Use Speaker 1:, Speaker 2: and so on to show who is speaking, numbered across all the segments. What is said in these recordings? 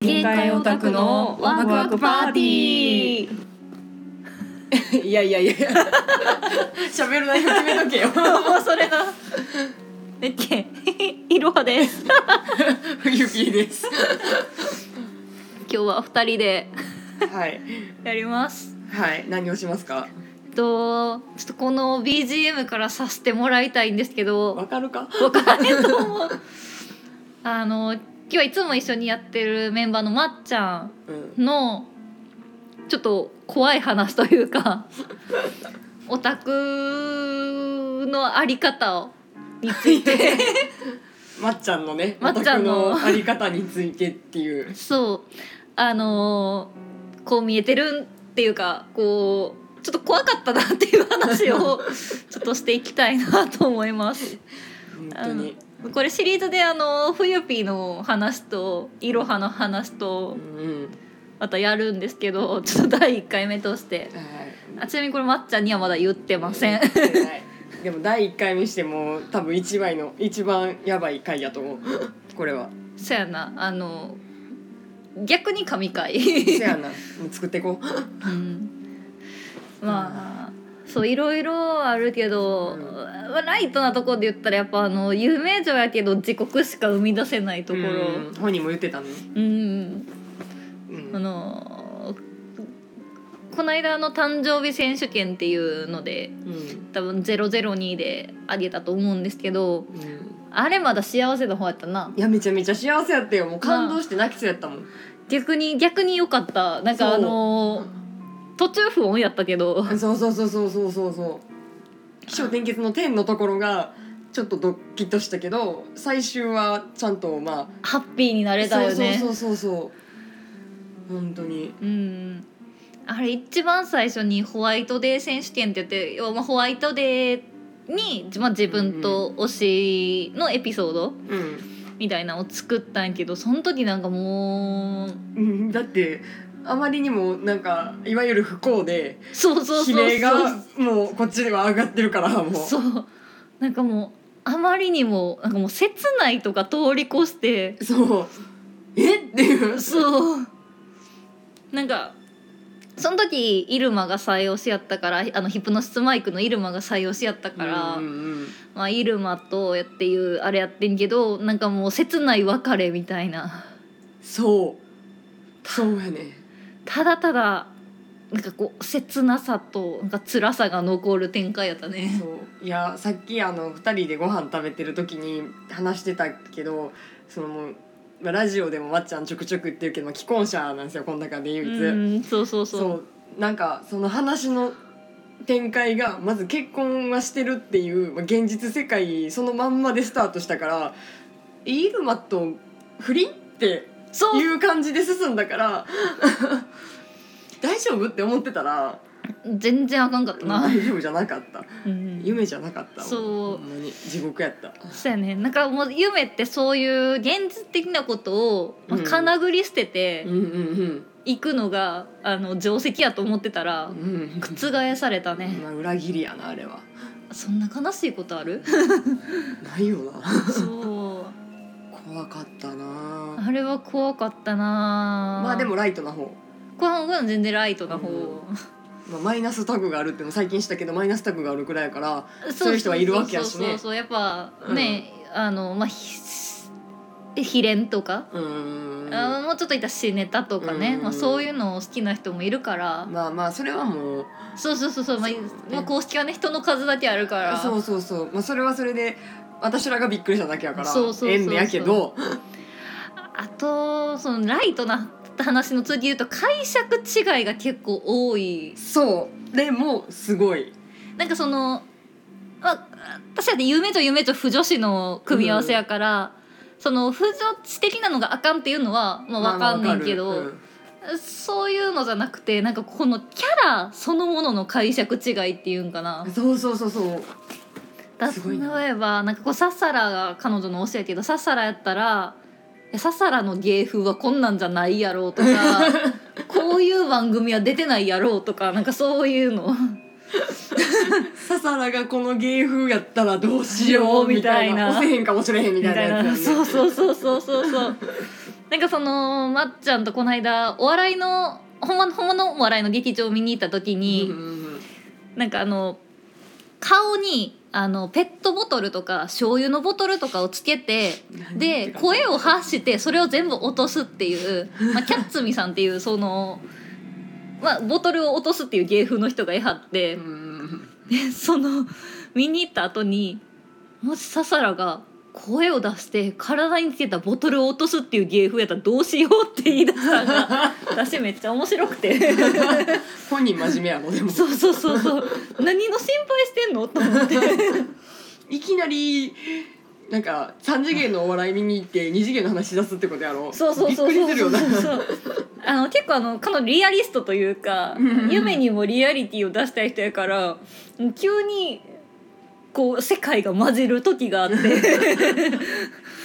Speaker 1: 限界オタクのワクワクパーティー
Speaker 2: ーいやいやいや喋るなよ決めとけよ
Speaker 1: もうそれだえっけ いろはです
Speaker 2: ゆぴーです
Speaker 1: 今日は二人で
Speaker 2: はい
Speaker 1: やります
Speaker 2: はい何をしますか
Speaker 1: えっとちょっとこの BGM からさせてもらいたいんですけど
Speaker 2: わかるか
Speaker 1: わかると思う あの今日はいつも一緒にやってるメンバーのまっちゃ
Speaker 2: うん
Speaker 1: んのちょっと怖い話という かオタクのあり 方について
Speaker 2: まっちゃんのね
Speaker 1: まっちゃんの
Speaker 2: オタクあり方についてっていう
Speaker 1: そうあのーこう見えてるんっていうかこうちょっと怖かったなっていう話をちょっとしていきたいなと思います。
Speaker 2: 本当に
Speaker 1: これシリーズであの冬ピーの話といろはの話
Speaker 2: う
Speaker 1: と
Speaker 2: んうん
Speaker 1: またやるんですけどちょっと第1回目として
Speaker 2: はい
Speaker 1: あちなみにこれまっちゃんにはまだ言ってません
Speaker 2: はいでも第一回にしても多分一番の一番やばい回やと思うこれは
Speaker 1: そやなあの逆に神回
Speaker 2: せやなもう作ってこう
Speaker 1: うんまあそういろいろあるけど、
Speaker 2: うん
Speaker 1: まあライトなとこで言ったらやっぱあの有名女やけど自国しか生み出せないところ
Speaker 2: うん本人も言ってたね
Speaker 1: うん、
Speaker 2: うん
Speaker 1: あのこの間の誕生日選手権っていうので
Speaker 2: うん
Speaker 1: 多分002であげたと思うんですけど
Speaker 2: うん
Speaker 1: あれまだ幸せの方やったない
Speaker 2: やめちゃめちゃ幸せやったよもう感動して泣きそうやったもん、
Speaker 1: 逆に逆に良かったなん
Speaker 2: そ
Speaker 1: か
Speaker 2: う
Speaker 1: あの途中不穏やったけど
Speaker 2: そうそうそうそうそうそうそう起承転結の天のところがちょっとドッキッとしたけど最終はちゃんとまあ
Speaker 1: ハッピーになれたよね
Speaker 2: そうそうそうそうそう本当に
Speaker 1: うん、あれ一番最初にホワイトデー選手権って言って要はまあホワイトデーに、まあ、自分と推しのエピソード
Speaker 2: うん
Speaker 1: みたいなのを作ったんやけどその時なんかもう
Speaker 2: うんだってあまりにもなんかいわゆる不幸で
Speaker 1: そうそう
Speaker 2: 悲
Speaker 1: そう
Speaker 2: 鳴
Speaker 1: そ
Speaker 2: が
Speaker 1: う
Speaker 2: もうこっちでは上がってるからもう
Speaker 1: そうなんかもうあまりにもなんかもう切ないとか通り越して
Speaker 2: そうえっていう
Speaker 1: そうなんかその時イルマが採用しやったからあのヒプノシスマイクのイルマが採用しやったから。
Speaker 2: うんうん
Speaker 1: まあ、イルマとやっていうあれやってんけどなんかもう切ない別れみたいな
Speaker 2: そうそうやね
Speaker 1: ただただなんかこう切なさとなんか辛さが残る展開やったね
Speaker 2: そういやさっきあの2人でご飯食べてる時に話してたけどそのもうまあラジオでもまっちゃんちょくちょくって言うけど、まあ既婚者なんですよこの中で
Speaker 1: う
Speaker 2: 唯一。
Speaker 1: んそうそうそう
Speaker 2: そうなんかその話の展開がまず結婚はしてるっていう、まあ、現実世界そのまんまでスタートしたからイルマと不倫って
Speaker 1: そう
Speaker 2: いう感じで進んだから 大丈夫って思ってたら
Speaker 1: 全然あかんかったな、
Speaker 2: 大丈夫じゃなかった
Speaker 1: うん、
Speaker 2: 夢じゃなかった
Speaker 1: そう
Speaker 2: ほんまに地獄やった
Speaker 1: そうやねなんかもう夢ってそういう現実的なことを、まあ、
Speaker 2: うん
Speaker 1: かなぐり捨てて
Speaker 2: うんうん
Speaker 1: いくのが、あの定石やと思ってたら
Speaker 2: うんうん
Speaker 1: 覆されたね、
Speaker 2: まあ裏切りやなあれは
Speaker 1: そんな悲しいことある
Speaker 2: ないよな
Speaker 1: そう
Speaker 2: 怖かったな
Speaker 1: あれは怖かったなぁ
Speaker 2: まあでもライトな方
Speaker 1: この方は全然ライトな方、
Speaker 2: うんまあ、マイナスタグがあるっていうの最近知ったけどマイナスタグがあるくらいやからそういう人はいるわけやし
Speaker 1: そう
Speaker 2: ね
Speaker 1: そうそうやっぱね、あのまあひ秘伝とか、
Speaker 2: うーん
Speaker 1: あもうちょっといったら死ネタとかね、
Speaker 2: うん
Speaker 1: まあ、そういうのを好きな人もいるから、
Speaker 2: まあまあそれはもう
Speaker 1: そうそうそうそう、まあ
Speaker 2: そうね
Speaker 1: まあ、公式はね人の数だけあるから
Speaker 2: そうそうそう、まあ、それはそれで私らがびっくりしただけやから
Speaker 1: そうそうそうそう
Speaker 2: 縁でやけど
Speaker 1: あとそのライトな話の次で言うと解釈違いが結構多い
Speaker 2: そうでもすごい
Speaker 1: なんかその、まあ、私だって夢と夢と不女子の組み合わせやから、その不女子的なのがあかんっていうのは、まあ、わかんねんけど、
Speaker 2: まあまあわかる
Speaker 1: そういうのじゃなくてなんかこのキャラそのものの解釈違いっていうんかな
Speaker 2: うん。そうそうそうそう
Speaker 1: だ
Speaker 2: すごいな
Speaker 1: 例えばなんかこうササラが彼女の教えやけどササラやったらいやササラの芸風はこんなんじゃないやろう とかこういう番組は出てないやろうとかなんかそういうの。
Speaker 2: ササラがこの芸風やったらどうしようみたいな
Speaker 1: みたいな
Speaker 2: 押せへんかもしれへんみ
Speaker 1: み
Speaker 2: たい
Speaker 1: た
Speaker 2: ないや
Speaker 1: な
Speaker 2: つやん
Speaker 1: そ
Speaker 2: ね
Speaker 1: うそうそうそうそうそうなんかそのまっちゃんとこの間お笑いのほんま本物のお笑いの劇場を見に行った時に、
Speaker 2: うんうん
Speaker 1: なんかあの顔にあのペットボトルとか醤油のボトルとかをつけて
Speaker 2: うん
Speaker 1: で声を発してそれを全部落とすっていう、まあ、キャッツミさんっていうその、まあ、ボトルを落とすっていう芸風の人がいはって
Speaker 2: う、ん
Speaker 1: で その見に行った後にもしササラが声を出して体につけたボトルを落とすっていう芸風やったらどうしようって言い出したの が私めっちゃ面白くて
Speaker 2: 本人真面目やろでも
Speaker 1: そうそうそうそう何の心配してんのと思 って。
Speaker 2: いきなりなんか3次元のお笑い見に行って2次元の話し出すってことやろ
Speaker 1: そうそうそう
Speaker 2: びっ
Speaker 1: そ
Speaker 2: くりす
Speaker 1: うそう
Speaker 2: るよな
Speaker 1: そうあの結構あの彼女リアリストというか
Speaker 2: うんうんうん
Speaker 1: 夢にもリアリティを出したい人やから急にこう世界が混じる時があって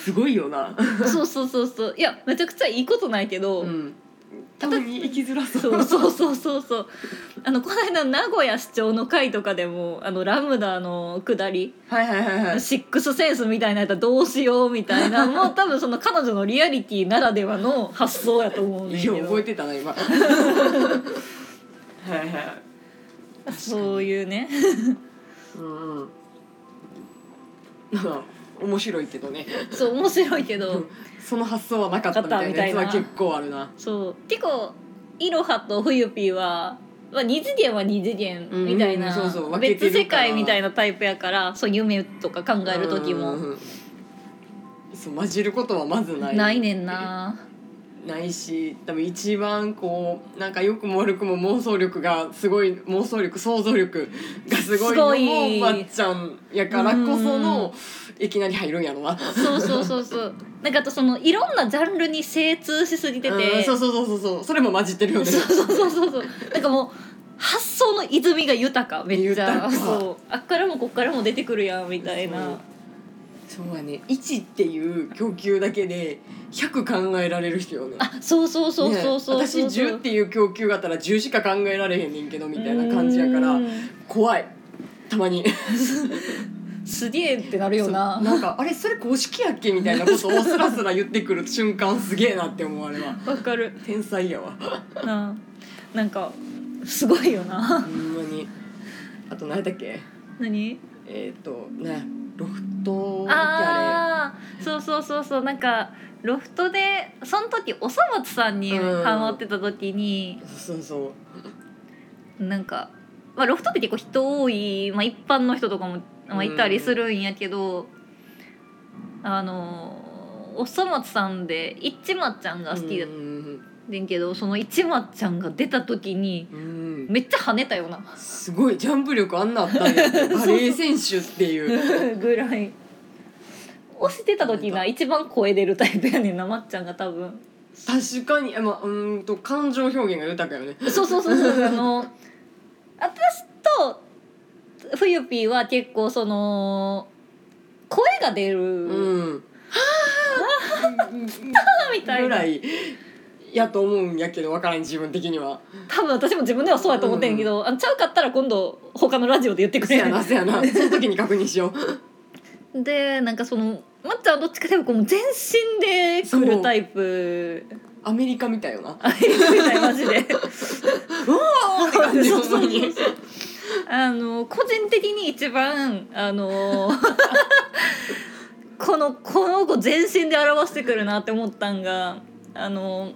Speaker 2: すごいよな、
Speaker 1: そうそうそうそういやめちゃくちゃいいことないけど、
Speaker 2: うん、たまに生きづらそう
Speaker 1: そうそうそうそうそう あのこの間名古屋市長の会とかでもあのラムダの下り
Speaker 2: はいはいはいはい
Speaker 1: シックスセンスみたいなやったらどうしようみたい なもう多分その彼女のリアリティならではの発想やと思うねん
Speaker 2: い
Speaker 1: け
Speaker 2: や
Speaker 1: ど
Speaker 2: 覚えてたな今はいはい
Speaker 1: そういうね
Speaker 2: うんうんまあ面白いけどね
Speaker 1: そう面白いけど、
Speaker 2: その発想はなかったみたいなやつ
Speaker 1: な
Speaker 2: は
Speaker 1: かったみたいな
Speaker 2: 結構あるな
Speaker 1: そう結構イロハとフユピーは、まあ、二次元は二次元
Speaker 2: うん
Speaker 1: みたいな、
Speaker 2: うんそうそう分けて
Speaker 1: 別
Speaker 2: るから
Speaker 1: 世界みたいなタイプやからそう夢とか考える時
Speaker 2: うんうん
Speaker 1: も
Speaker 2: うんそう混じることはまずない
Speaker 1: ないねんな
Speaker 2: ないし多分一番こうなんか良くも悪くも妄想力がすごい妄想力想像力がすごい
Speaker 1: すご
Speaker 2: のも
Speaker 1: い
Speaker 2: まっちゃんやからこそのいきなり入るんやろな
Speaker 1: そうそうそうそうなんかあとそのいろんなジャンルに精通しすぎて
Speaker 2: うん
Speaker 1: て
Speaker 2: そ
Speaker 1: そうう
Speaker 2: そうそうそうそうそれも混じってるよね
Speaker 1: そうそうそうそうなんかもう発想の泉が豊かめっち
Speaker 2: 豊
Speaker 1: ゃ
Speaker 2: か
Speaker 1: そうあっからもこっからも出てくるやんみたいな
Speaker 2: そうやね1っていう供給だけで100考えられる人よね
Speaker 1: あそうそうそうそうそう
Speaker 2: ね私10っていう供給があったら10しか考えられへんねんけどみたいな感じやか
Speaker 1: う
Speaker 2: ら
Speaker 1: ん
Speaker 2: 怖いたまに
Speaker 1: すげえってなるよな
Speaker 2: そうなんかあれそれ公式やっけみたいなことをスラスラ言ってくる瞬間すげえなって思われは
Speaker 1: わかる
Speaker 2: 天才やわ
Speaker 1: ななんかすごいよな
Speaker 2: ほんまにあと何だっけ
Speaker 1: 何
Speaker 2: えっ、とねロフトあ
Speaker 1: ああそうそうそうそうなんかロフトでその時おさ松さんに
Speaker 2: うん
Speaker 1: ハマってた時に
Speaker 2: れ、そうそう
Speaker 1: なんか、まあ、ロフトって結構人多い、まあ、一般の人とかも、まあ、いたりするんやけど、あのおさ松さんで一まちゃんが好きだっ
Speaker 2: うん
Speaker 1: てんけど、その一まちゃんが出た時に
Speaker 2: うん
Speaker 1: めっちゃ跳ねたよな
Speaker 2: すごいジャンプ力あんなあったんやってバレー選手っていう
Speaker 1: ぐらい押してた時が一番声出るタイプやねんなまっちゃんが多分。
Speaker 2: 確かにあまあうーんと感情表現が豊かよね
Speaker 1: そうそうそうそう あの私とふゆぴーは結構その声が出
Speaker 2: う
Speaker 1: る
Speaker 2: ん
Speaker 1: みたい
Speaker 2: ぐ
Speaker 1: な、
Speaker 2: らいやと思うんやけどわからん自分的には
Speaker 1: 多分私も自分ではそうやと思ってんけど、あのちゃうかったら今度他のラジオで言ってく
Speaker 2: せ
Speaker 1: れ
Speaker 2: やなせやなその時に確認しよう
Speaker 1: でなんかそのまっちゃんはどっちかというとこうもう全身で来るタイプ
Speaker 2: アメリカみたいよな
Speaker 1: あれみたいマジで。
Speaker 2: あって感じ
Speaker 1: そ
Speaker 2: ほ
Speaker 1: うん
Speaker 2: ま
Speaker 1: そう
Speaker 2: に
Speaker 1: そうそうあの個人的に一番あの このこの子全身で表してくるなって思ったんがあの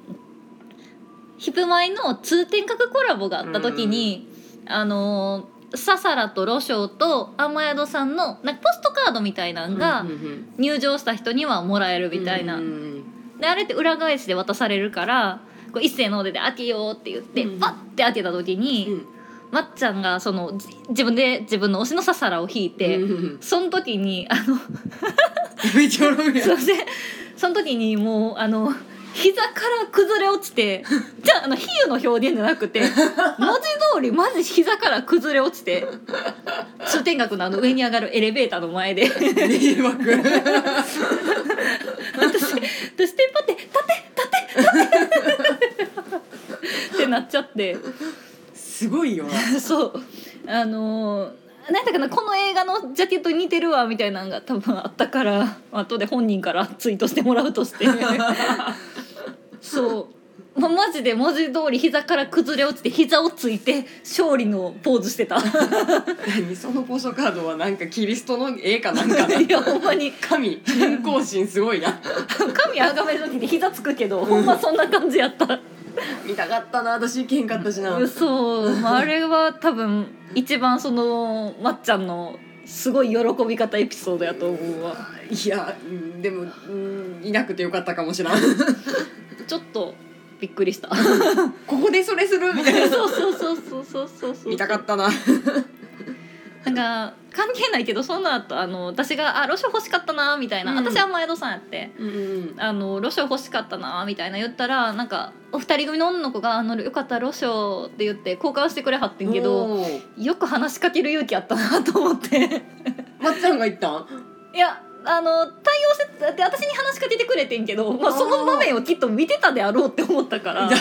Speaker 1: ヒプマイの通天閣コラボがあった時に、あのササラとロショウと天宿さんのなんかポストカードみたいなのが入場した人にはもらえるみたいな。
Speaker 2: うん
Speaker 1: であれって裏返しで渡されるからこう一斉の出で開けようって言って、
Speaker 2: うん
Speaker 1: パッて開けた時に、まっちゃんがそのじ自分で自分の推しのササラを引いて、
Speaker 2: うん
Speaker 1: その時にあの
Speaker 2: めっちゃ笑うやん
Speaker 1: すいませんその時にもうあの膝から崩れ落ちてじゃああの比喩の表現じゃなくて文字通りマジ膝から崩れ落ちて通天閣のあの上に上がるエレベーターの前で私
Speaker 2: 迷
Speaker 1: 私テン
Speaker 2: 惑
Speaker 1: パって「立て立て立て」ってなっちゃって。
Speaker 2: すごいよな
Speaker 1: そうあのー、なんだかなこの映画のジャケットに似てるわみたい なのが多分あったから後で本人からツイートしてもらうとしてそう、ま、マジで文字通り膝から崩れ落ちて膝をついて勝利のポーズしてたい
Speaker 2: 何そのポストカードはなんかキリストの絵かなんかな
Speaker 1: やほんまに
Speaker 2: 神信仰心すごいな
Speaker 1: 神崇める時って膝つくけどほんまそんな感じやった
Speaker 2: 見たかったな私行けへんかったしな
Speaker 1: そう、まあ、あれは多分一番そのまっちゃんのすごい喜び方エピソードやと思うわ
Speaker 2: いやうんでもうんいなくてよかったかもしらん
Speaker 1: ちょっとびっくりした
Speaker 2: ここでそれするみたいな
Speaker 1: そうそうそうそうそうそうそう
Speaker 2: 見たかったな
Speaker 1: なんか関係ないけどその後あの私が「あロショ欲しかったな」みたいな、
Speaker 2: うん
Speaker 1: 私は前戸さんやって。
Speaker 2: うんうん
Speaker 1: あのロショ欲しかったなみたいな言ったらなんかお二人組の女の子が「あのよかったらロショ」って言って交換してくれはってんけど
Speaker 2: おー
Speaker 1: よく話しかける勇気あったなと思って。
Speaker 2: まっちゃんが言ったん
Speaker 1: いやあの対応してだって私に話しかけてくれてんけど、まあ、
Speaker 2: あー
Speaker 1: その場面をきっと見てたであろうって思ったから
Speaker 2: じゃ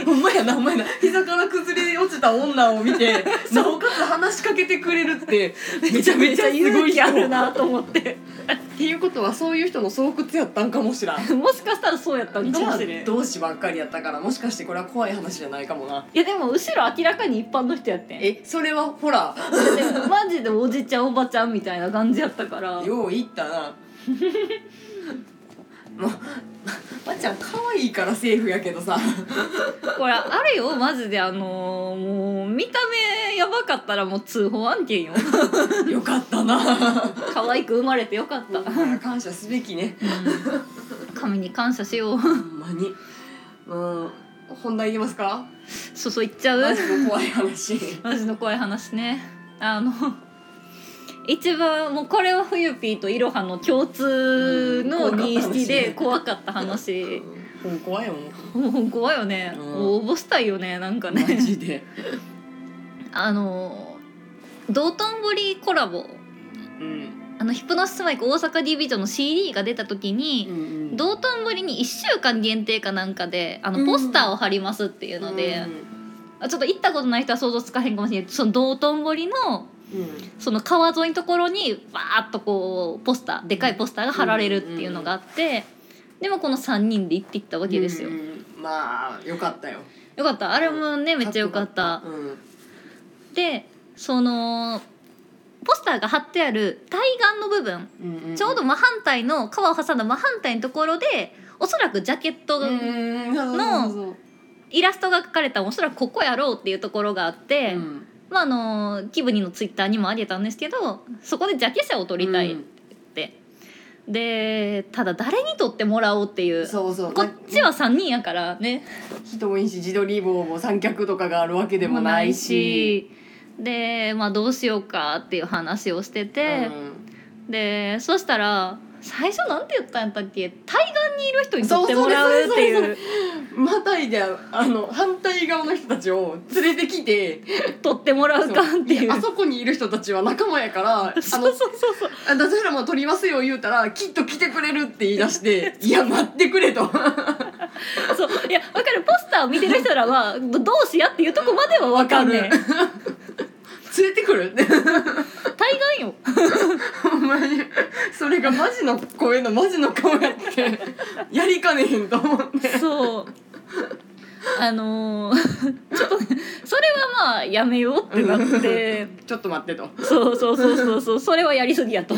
Speaker 2: あほんまやなほん まやな膝から崩れ落ちた女を見 てなおかつ話しかけてくれるってめちゃめちゃすご
Speaker 1: 勇気
Speaker 2: い人
Speaker 1: あるなと思って
Speaker 2: っていうことはそういう人の巣窟やったんかもしらん
Speaker 1: もしかしたらそうやったんかもしれんい
Speaker 2: 同志ばっかりやったからもしかしてこれは怖い話じゃないかもな
Speaker 1: やでも後ろ明らかに一般の人やってんで
Speaker 2: えそれはほら
Speaker 1: マジでおじちゃんおばちゃんみたいな感じやったから
Speaker 2: よう言ったな もうまっちゃん可愛いからセーフやけどさ
Speaker 1: これあれよマジであのーもう見た目やばかったらもう通報案 件よ
Speaker 2: よかったな
Speaker 1: 可愛く生まれてよかった、うん
Speaker 2: 感謝すべきね
Speaker 1: 神に感謝しよう
Speaker 2: ほんまにうん本題いきますか
Speaker 1: そうそう言っちゃう
Speaker 2: マジの怖い話
Speaker 1: マジの怖い話ねあの一番もうこれは冬ピーといろはの共通の
Speaker 2: うん
Speaker 1: 認識で怖かった話
Speaker 2: うん怖いもん
Speaker 1: もう怖いよね、
Speaker 2: うん
Speaker 1: 応募したいよねなんか
Speaker 2: マ
Speaker 1: ね
Speaker 2: ジで
Speaker 1: あの道頓堀コラボ
Speaker 2: うん
Speaker 1: あのヒプノシスマイク大阪ディビジョンの CD が出た時
Speaker 2: う
Speaker 1: に、
Speaker 2: ん
Speaker 1: 道頓堀に1週間限定かなんかであ
Speaker 2: う
Speaker 1: の
Speaker 2: ん
Speaker 1: ポスターを貼りますっていうので、あちょっと行ったことない人は想像つかへんかもしれないその道頓堀の
Speaker 2: うん
Speaker 1: その川沿いのところにバーッとこうポスターでかいポスターが貼られるっていうのがあって、でもこの3人で行ってきたわけですよ、
Speaker 2: うんまあよかったよ
Speaker 1: よかったあれもねめっちゃよかった
Speaker 2: うん
Speaker 1: でそのポスターが貼ってある対岸の部分
Speaker 2: うんん
Speaker 1: ちょうど真反対の川を挟んだ真反対のところでおそらくジャケットが、の
Speaker 2: の
Speaker 1: イラストが描かれたおそらくここやろうっていうところがあって、まああのキブニのツイッターにもあげたんですけどそこでジャケ写を撮りたいってでただ誰に撮ってもらおうっていう
Speaker 2: そうそう
Speaker 1: こっちは3人やからね
Speaker 2: 人もいいし自撮り棒も三脚とかがあるわけでもないし
Speaker 1: もないしでまあどうしようかっていう話をしてて、でそしたら最初なんて言ったんやったっけ対岸にいる人に撮ってもらうって
Speaker 2: そうそ
Speaker 1: いう
Speaker 2: うんまたいであの反対側の人たちを連れてきて
Speaker 1: 撮ってもらうかっていう。
Speaker 2: あそこにいる人たちは仲間やからあの
Speaker 1: そうそうそうそう
Speaker 2: あ私らも撮りますよ言うたらきっと来てくれるって言い出 していや待ってくれと
Speaker 1: そういや分かるポスターを見てる人らはどどうしやっていうとこまでは分かんね
Speaker 2: わ
Speaker 1: え
Speaker 2: か 連れてくるって
Speaker 1: 対岸よ
Speaker 2: ほんまにそれがマジの声のマジの顔やってやりかねへんと思って
Speaker 1: そう。あのーちょっとねそれはまあやめようってなって
Speaker 2: ちょっと待ってと
Speaker 1: そうそうそうそうそうそれはやりすぎやと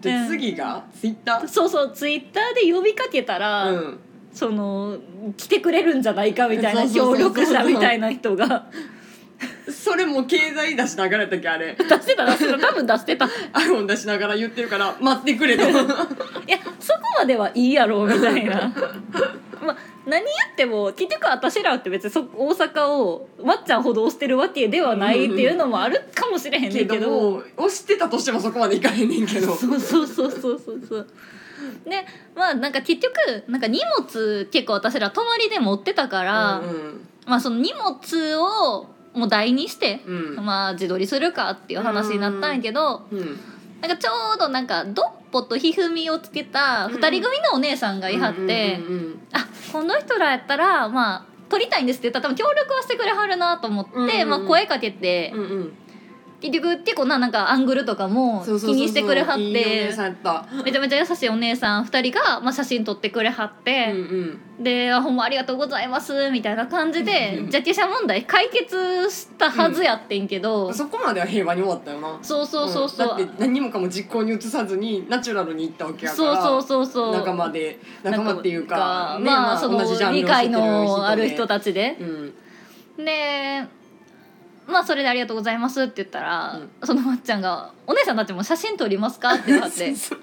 Speaker 2: で
Speaker 1: うん
Speaker 2: 次がツイッター
Speaker 1: そうそうツイッターで呼びかけたら、
Speaker 2: うん
Speaker 1: その来てくれるんじゃないかみたいな
Speaker 2: そうそ
Speaker 1: 協
Speaker 2: うそうそう
Speaker 1: 力者みたいな人が
Speaker 2: それも経済出しながらやったっけあれ
Speaker 1: 出してた出してた多分出してたい
Speaker 2: iPhone 出しながら言ってるから待ってくれと
Speaker 1: やそこまではいいやろうみたいな。まあ何やっても結局私らって別にそ大阪をまっちゃんほど推してるわけではないっていうのもあるかもしれへんねん
Speaker 2: けども押してたとしてもそこまでいかへんねんけど
Speaker 1: そうそうそうそうそうそう。でまあなんか結局なんか荷物結構私ら泊まりで持ってたから、
Speaker 2: うん
Speaker 1: まあその荷物をもう台にして、
Speaker 2: うん
Speaker 1: まあ自撮りするかっていう話になったんやけど、
Speaker 2: うん
Speaker 1: なんかちょうどなんかドッポとひふみをつけた2人組のお姉さんがいはって、
Speaker 2: うんうんうん
Speaker 1: あこの人らやったらまあ撮りたいんですって言ったら多分協力はしてくれはるなと思って、
Speaker 2: うんうんうん
Speaker 1: まあ、声かけて、
Speaker 2: うんうん
Speaker 1: 結局結構ななんかアングルとかも気
Speaker 2: そうそうそうそう
Speaker 1: にしてくれはっ
Speaker 2: いいお姉
Speaker 1: て
Speaker 2: さんやった
Speaker 1: めちゃめちゃ優しいお姉さん2人が、まあ、写真撮ってくれはっ
Speaker 2: うん
Speaker 1: て、
Speaker 2: うん
Speaker 1: であ「ほんまありがとうございます」みたいな感じでジャケ写問題解決したはずやってんけど、
Speaker 2: そこまでは平和に終わったよな
Speaker 1: そうそうそうそう、
Speaker 2: んだって何もかも実行に移さずにナチュラルに行ったわけやか
Speaker 1: そう
Speaker 2: ら
Speaker 1: そうそうそう
Speaker 2: 仲間で仲間っていうか
Speaker 1: なんまあ、その理解のある人
Speaker 2: た
Speaker 1: たちで
Speaker 2: う、ん
Speaker 1: でまあそれで「ありがとうございます」って言ったら、
Speaker 2: うん
Speaker 1: そのまっちゃんが「お姉さんたちも写真撮りますか?」って言われ て
Speaker 2: そう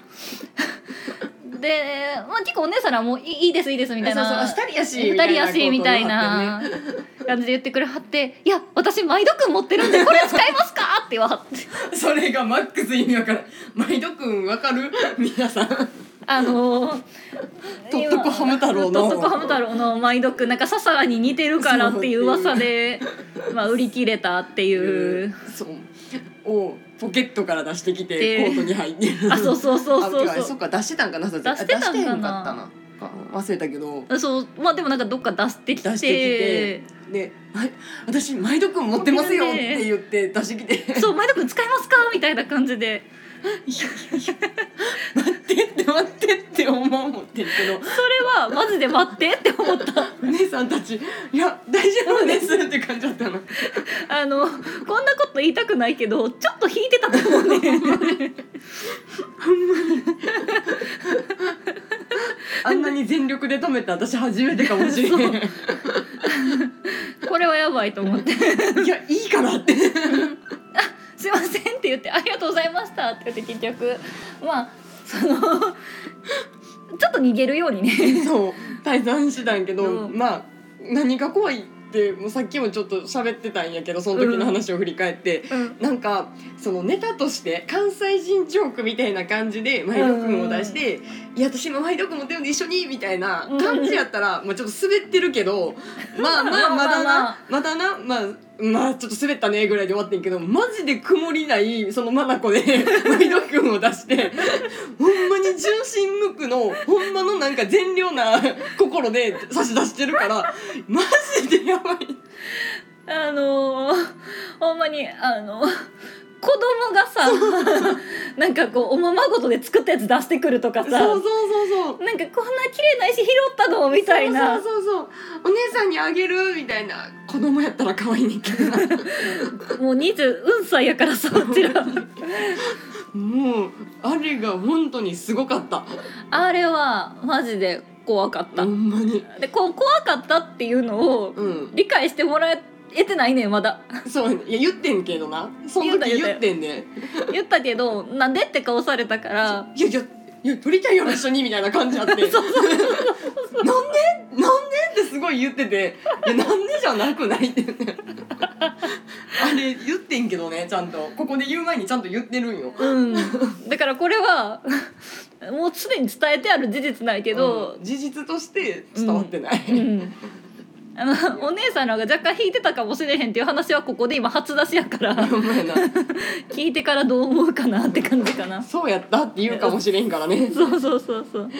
Speaker 1: で、まあ、結構お姉さんらもういいいいですいいですみたいな
Speaker 2: そうそう二人やし
Speaker 1: 二人やしみたいな 感じで言ってくれはって「いや私マイドくん持ってるんでこれ使いますか?」って言わはって
Speaker 2: それがマックス意味わからん毎度くんわかる皆さん
Speaker 1: あのー、
Speaker 2: とっとこハム太郎
Speaker 1: と
Speaker 2: の
Speaker 1: っとこハム太郎のマイドックなんかささらに似てるからっていう噂 で、まあ、売り切れたっていう。
Speaker 2: そうをポケットから出してきて
Speaker 1: で
Speaker 2: コートに入って
Speaker 1: あそうそうそう
Speaker 2: あ
Speaker 1: そう
Speaker 2: てかそ
Speaker 1: そ
Speaker 2: っか出してたんかな出
Speaker 1: 出してたんかな
Speaker 2: 出してへんかったな忘れたけど
Speaker 1: うそうまあでもなんかどっか出してきて
Speaker 2: 出してきてで「はい私毎度くん持ってますよ」って言って出してきて
Speaker 1: そうマイドック使いますかみたいな感じで
Speaker 2: 待ってって待ってって思う思ってるけど
Speaker 1: それはマジで待ってって思った
Speaker 2: お姉さんたち「いや大丈夫です」って感じだったの
Speaker 1: あのこんなこと言いたくないけどちょっと引いてたと思う ね
Speaker 2: あんなに全力で止めた私初めてかもし れんい
Speaker 1: これはやばいと思って
Speaker 2: やいいからって
Speaker 1: すいませんって言って「ありがとうございました」って言って結局まあそのちょっと逃げるようにね
Speaker 2: そう退散してたんやけど、
Speaker 1: うん
Speaker 2: まあ何が怖いってもうさっきもちょっと喋ってたんやけどその時の話を振り返って、
Speaker 1: うん
Speaker 2: なんかそのネタとして関西人ジョークみたいな感じでマイドくんを出して「いや私もマイドくん持ってるんで一緒に」みたいな感じやったら、まあ、ちょっと滑ってるけどまあまあ
Speaker 1: まあ
Speaker 2: ま
Speaker 1: ま
Speaker 2: だ
Speaker 1: あ
Speaker 2: なまだなまあまあちょっと滑ったねぐらいで終わってんけどマジで曇りないそのマナコ でマイドくんを出してほんまに純真無垢のほんまのなんか善良な心で差し出してるからマジでやばい。
Speaker 1: あのーほんまにあの子供がさなんかこうおままごとで作ったやつ出してくるとか
Speaker 2: そう
Speaker 1: さ
Speaker 2: そうそうそう
Speaker 1: なんかこんな綺麗な石拾ったのみたいな
Speaker 2: そうそうそうそうお姉さんにあげるみたいな子供やったら可愛いねんけどな
Speaker 1: もう20うん歳やからさうちら
Speaker 2: もうあれが本当にすごかった
Speaker 1: あれはマジで怖かった、
Speaker 2: ほんまに
Speaker 1: でこう怖かったっていうのを
Speaker 2: うん
Speaker 1: 理解してもらえてないねんまだ
Speaker 2: そういや言ってんけどなその時
Speaker 1: 言
Speaker 2: 言っ
Speaker 1: うた
Speaker 2: てんね
Speaker 1: 言ったけどなんでって顔されたから
Speaker 2: いやいやいや撮りたいよな一緒にみたいな感じあって なんでなんでってすごい言ってていやなんでじゃなくないって あれ言ってんけどねちゃんとここで言う前にちゃんと言ってるんよ
Speaker 1: うんだからこれはもう常に伝えてある事実ないけど、
Speaker 2: うん事実として伝わってない、
Speaker 1: うんあのお姉さんらが若干引いてたかもしれへんっていう話はここで今初出しやから
Speaker 2: ほんまやな
Speaker 1: 聞いてからどう思うかなって感じかな
Speaker 2: そうやったって言うかもしれんからね
Speaker 1: そうそうそうそう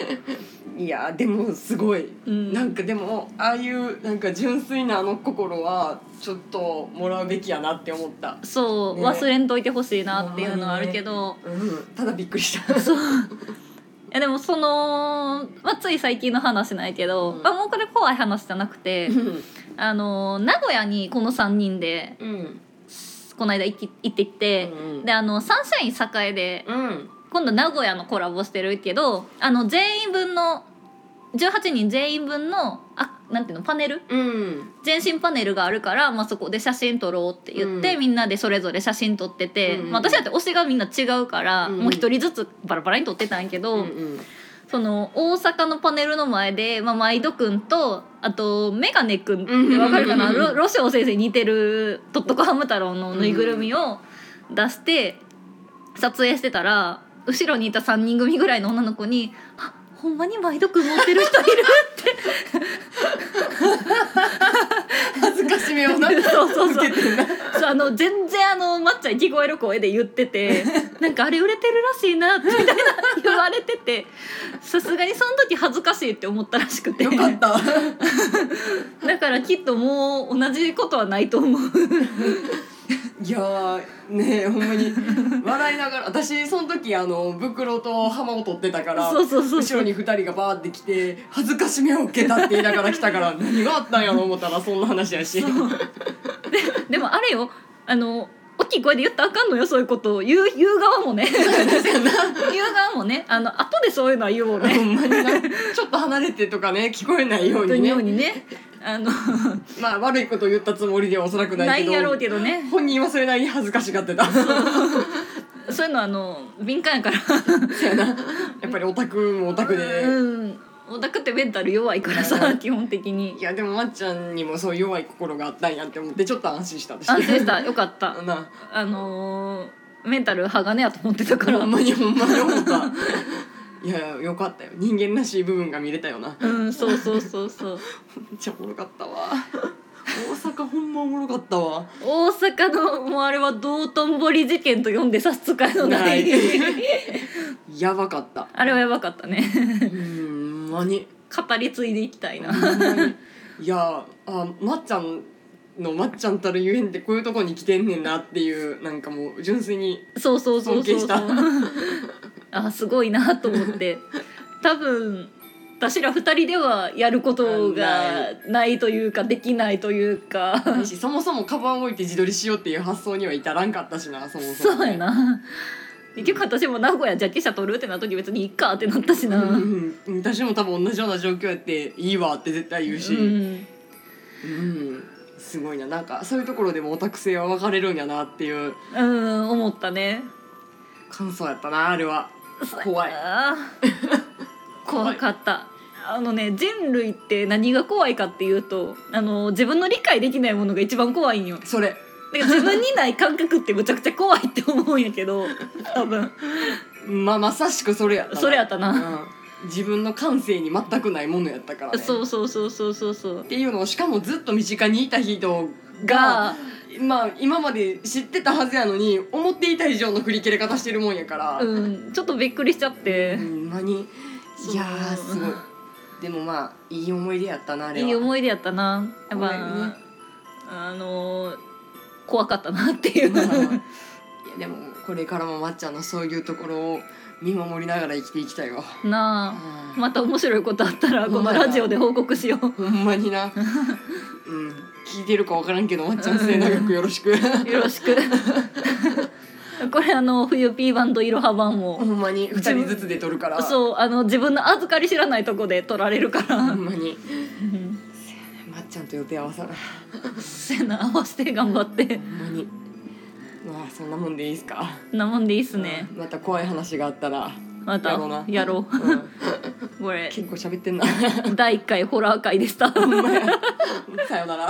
Speaker 2: いやでもすごい、
Speaker 1: うん
Speaker 2: なんかでもああいうなんか純粋なあの心はちょっともらうべきやなって思った、
Speaker 1: そう、
Speaker 2: ね
Speaker 1: 忘れんといてほしいなっていうのはあるけど、
Speaker 2: うん、ただびっくりした
Speaker 1: そういやでもその、まあ、つい最近の話ないけど、
Speaker 2: うん
Speaker 1: まあ、もうこれ怖い話じゃなくてあの名古屋にこの3人で
Speaker 2: うん
Speaker 1: この間行き行ってきて、
Speaker 2: うん
Speaker 1: であのサンシャイン栄で
Speaker 2: うん
Speaker 1: 今度名古屋のコラボしてるけどあの全員分の18人全員分のあなんていうのパネル
Speaker 2: うん
Speaker 1: 全身パネルがあるから、まあ、そこで写真撮ろうって言って、
Speaker 2: うん
Speaker 1: みんなでそれぞれ写真撮ってて、
Speaker 2: うん
Speaker 1: まあ、私だって推しがみんな違うから、
Speaker 2: うん
Speaker 1: もう一人ずつバラバラに撮ってたんやけど、
Speaker 2: うん
Speaker 1: その大阪のパネルの前で、まあ、マイドくんとあとメガネくんってわかるかな、
Speaker 2: うんうんうんうん
Speaker 1: ロロショウ先生に似てる「とっとこハム太郎」のぬいぐるみを出して撮影してたら後ろにいた3人組ぐらいの女の子に「あほんまにマイドくん持ってる人い る」
Speaker 2: 恥ずかしめをな
Speaker 1: そうそうそう
Speaker 2: 受けてんな
Speaker 1: そうあの全然あのまっちゃん聞こえる声で言っててなんかあれ売れてるらしいなみたいな言われててさすがにその時恥ずかしいって思ったらしくて
Speaker 2: よかった
Speaker 1: だからきっともう同じことはないと思う
Speaker 2: いやーねえほん まに笑いながら私その時あの袋と浜を取ってたから
Speaker 1: そうそうそう
Speaker 2: 後ろに2人がバーって来て恥ずかしめを受けたって言いながら来たから何があったんやろ思ったらそんな話やし
Speaker 1: そう でもあれよあの大きい声で言ったらあかんのよそういうことを言う言う側も ね言う側もねあの後でそういうのは言おうね
Speaker 2: ほんまになちょっと離れてとかね聞こえないよう
Speaker 1: 本当
Speaker 2: に
Speaker 1: に
Speaker 2: ね
Speaker 1: ようにねあ の
Speaker 2: まあ悪いこと言ったつもりではおそらくな
Speaker 1: ない
Speaker 2: け
Speaker 1: い
Speaker 2: ど
Speaker 1: やろうけどね
Speaker 2: 本人はそれなりに恥ずかしがってた
Speaker 1: そういうのはあの敏感やから
Speaker 2: やっぱりオタクもオタクで。
Speaker 1: うんオタクってメンタル弱いから
Speaker 2: う
Speaker 1: さ
Speaker 2: ん
Speaker 1: 基本的に
Speaker 2: いやでもまっちゃんにもそういう弱い心があったんやって思ってちょっと安心した私
Speaker 1: 安心したよかった
Speaker 2: な
Speaker 1: あのーメンタル鋼やと思ってたから
Speaker 2: ほんまにほんまに思った いやよかったよ人間らしい部分が見れたよな
Speaker 1: うんそうそうそうそう
Speaker 2: めっちゃおもろかったわ大阪ほんまおもろかったわ
Speaker 1: 大阪のもうあれは道頓堀事件と呼んで差し支えのな
Speaker 2: ない
Speaker 1: い
Speaker 2: やばかった
Speaker 1: あれはやばかったね
Speaker 2: うんまに
Speaker 1: 語り継いでいきたいな
Speaker 2: ほんまにいやあまっちゃんのまっちゃんたるゆえんってこういうとこに来てんねんなっていうなんかもう純粋に
Speaker 1: そうそうそうそう
Speaker 2: 尊敬し
Speaker 1: そ
Speaker 2: た
Speaker 1: うあすごいなと思って多分私ら二人ではやることがないというかできないというか
Speaker 2: ないしそもそもカバン置いて自撮りしようっていう発想には至らんかったしなそもそ
Speaker 1: そ
Speaker 2: も、
Speaker 1: うやな結局私も名古屋ジャケ写取るってなった時別にいっかってなったしな、うん
Speaker 2: うんうん、私も多分同じような状況やっていいわって絶対言うし、うんすごいななんかそういうところでもオタク性は分かれるんやなっていう
Speaker 1: うん、思ったね
Speaker 2: 感想やったなあれは怖い
Speaker 1: あー怖かったあのね人類って何が怖いかっていうとあの自分の理解できないものが一番怖いんよ
Speaker 2: それ
Speaker 1: だから自分にない感覚ってむちゃくちゃ怖いって思うんやけ ど多分
Speaker 2: ままさしくそれやったな
Speaker 1: それやったな、
Speaker 2: うん、自分の感性に全くないものやったからね
Speaker 1: そう
Speaker 2: っ
Speaker 1: そうそうそうそうそう
Speaker 2: ていうのをしかもずっと身近にいた人が
Speaker 1: が
Speaker 2: まあ今まで知ってたはずやのに思っていた以上の振り切れ方してるもんやから、
Speaker 1: うんちょっとびっくりしちゃって
Speaker 2: ほ、んまに
Speaker 1: そう
Speaker 2: いやーすごいでもまあいい思い出やったなあれはい
Speaker 1: い思い出やったなやっぱ、
Speaker 2: 怖いよね
Speaker 1: あのー怖かったなっていう、
Speaker 2: まあいやでもこれからもまっちゃんのそういうところを見守りながら生きていきたいわ、
Speaker 1: なあ
Speaker 2: うん
Speaker 1: また面白いことあったらこのラジオで報告しよう。
Speaker 2: ほんまになうん聞いてるか分からんけどまっちゃん末永くよろしく
Speaker 1: よろしく。これあの冬 P バンドいろは版
Speaker 2: ほ
Speaker 1: も
Speaker 2: んまに2人ずつで撮るから
Speaker 1: そうあの自分の預かり知らないとこで取られるか
Speaker 2: ほ
Speaker 1: ら
Speaker 2: んまに
Speaker 1: うん
Speaker 2: まっちゃんと予定合わさない
Speaker 1: せな合わせて頑張って
Speaker 2: ほんまにまあそんなもんでいいですか
Speaker 1: なもんでいいっすね
Speaker 2: うんまた怖い話があっ たら、
Speaker 1: また
Speaker 2: やろうな
Speaker 1: やろ
Speaker 2: うん
Speaker 1: うこれ
Speaker 2: 結構喋ってんな
Speaker 1: 第1回ホラー会でした
Speaker 2: ほんまやさよなら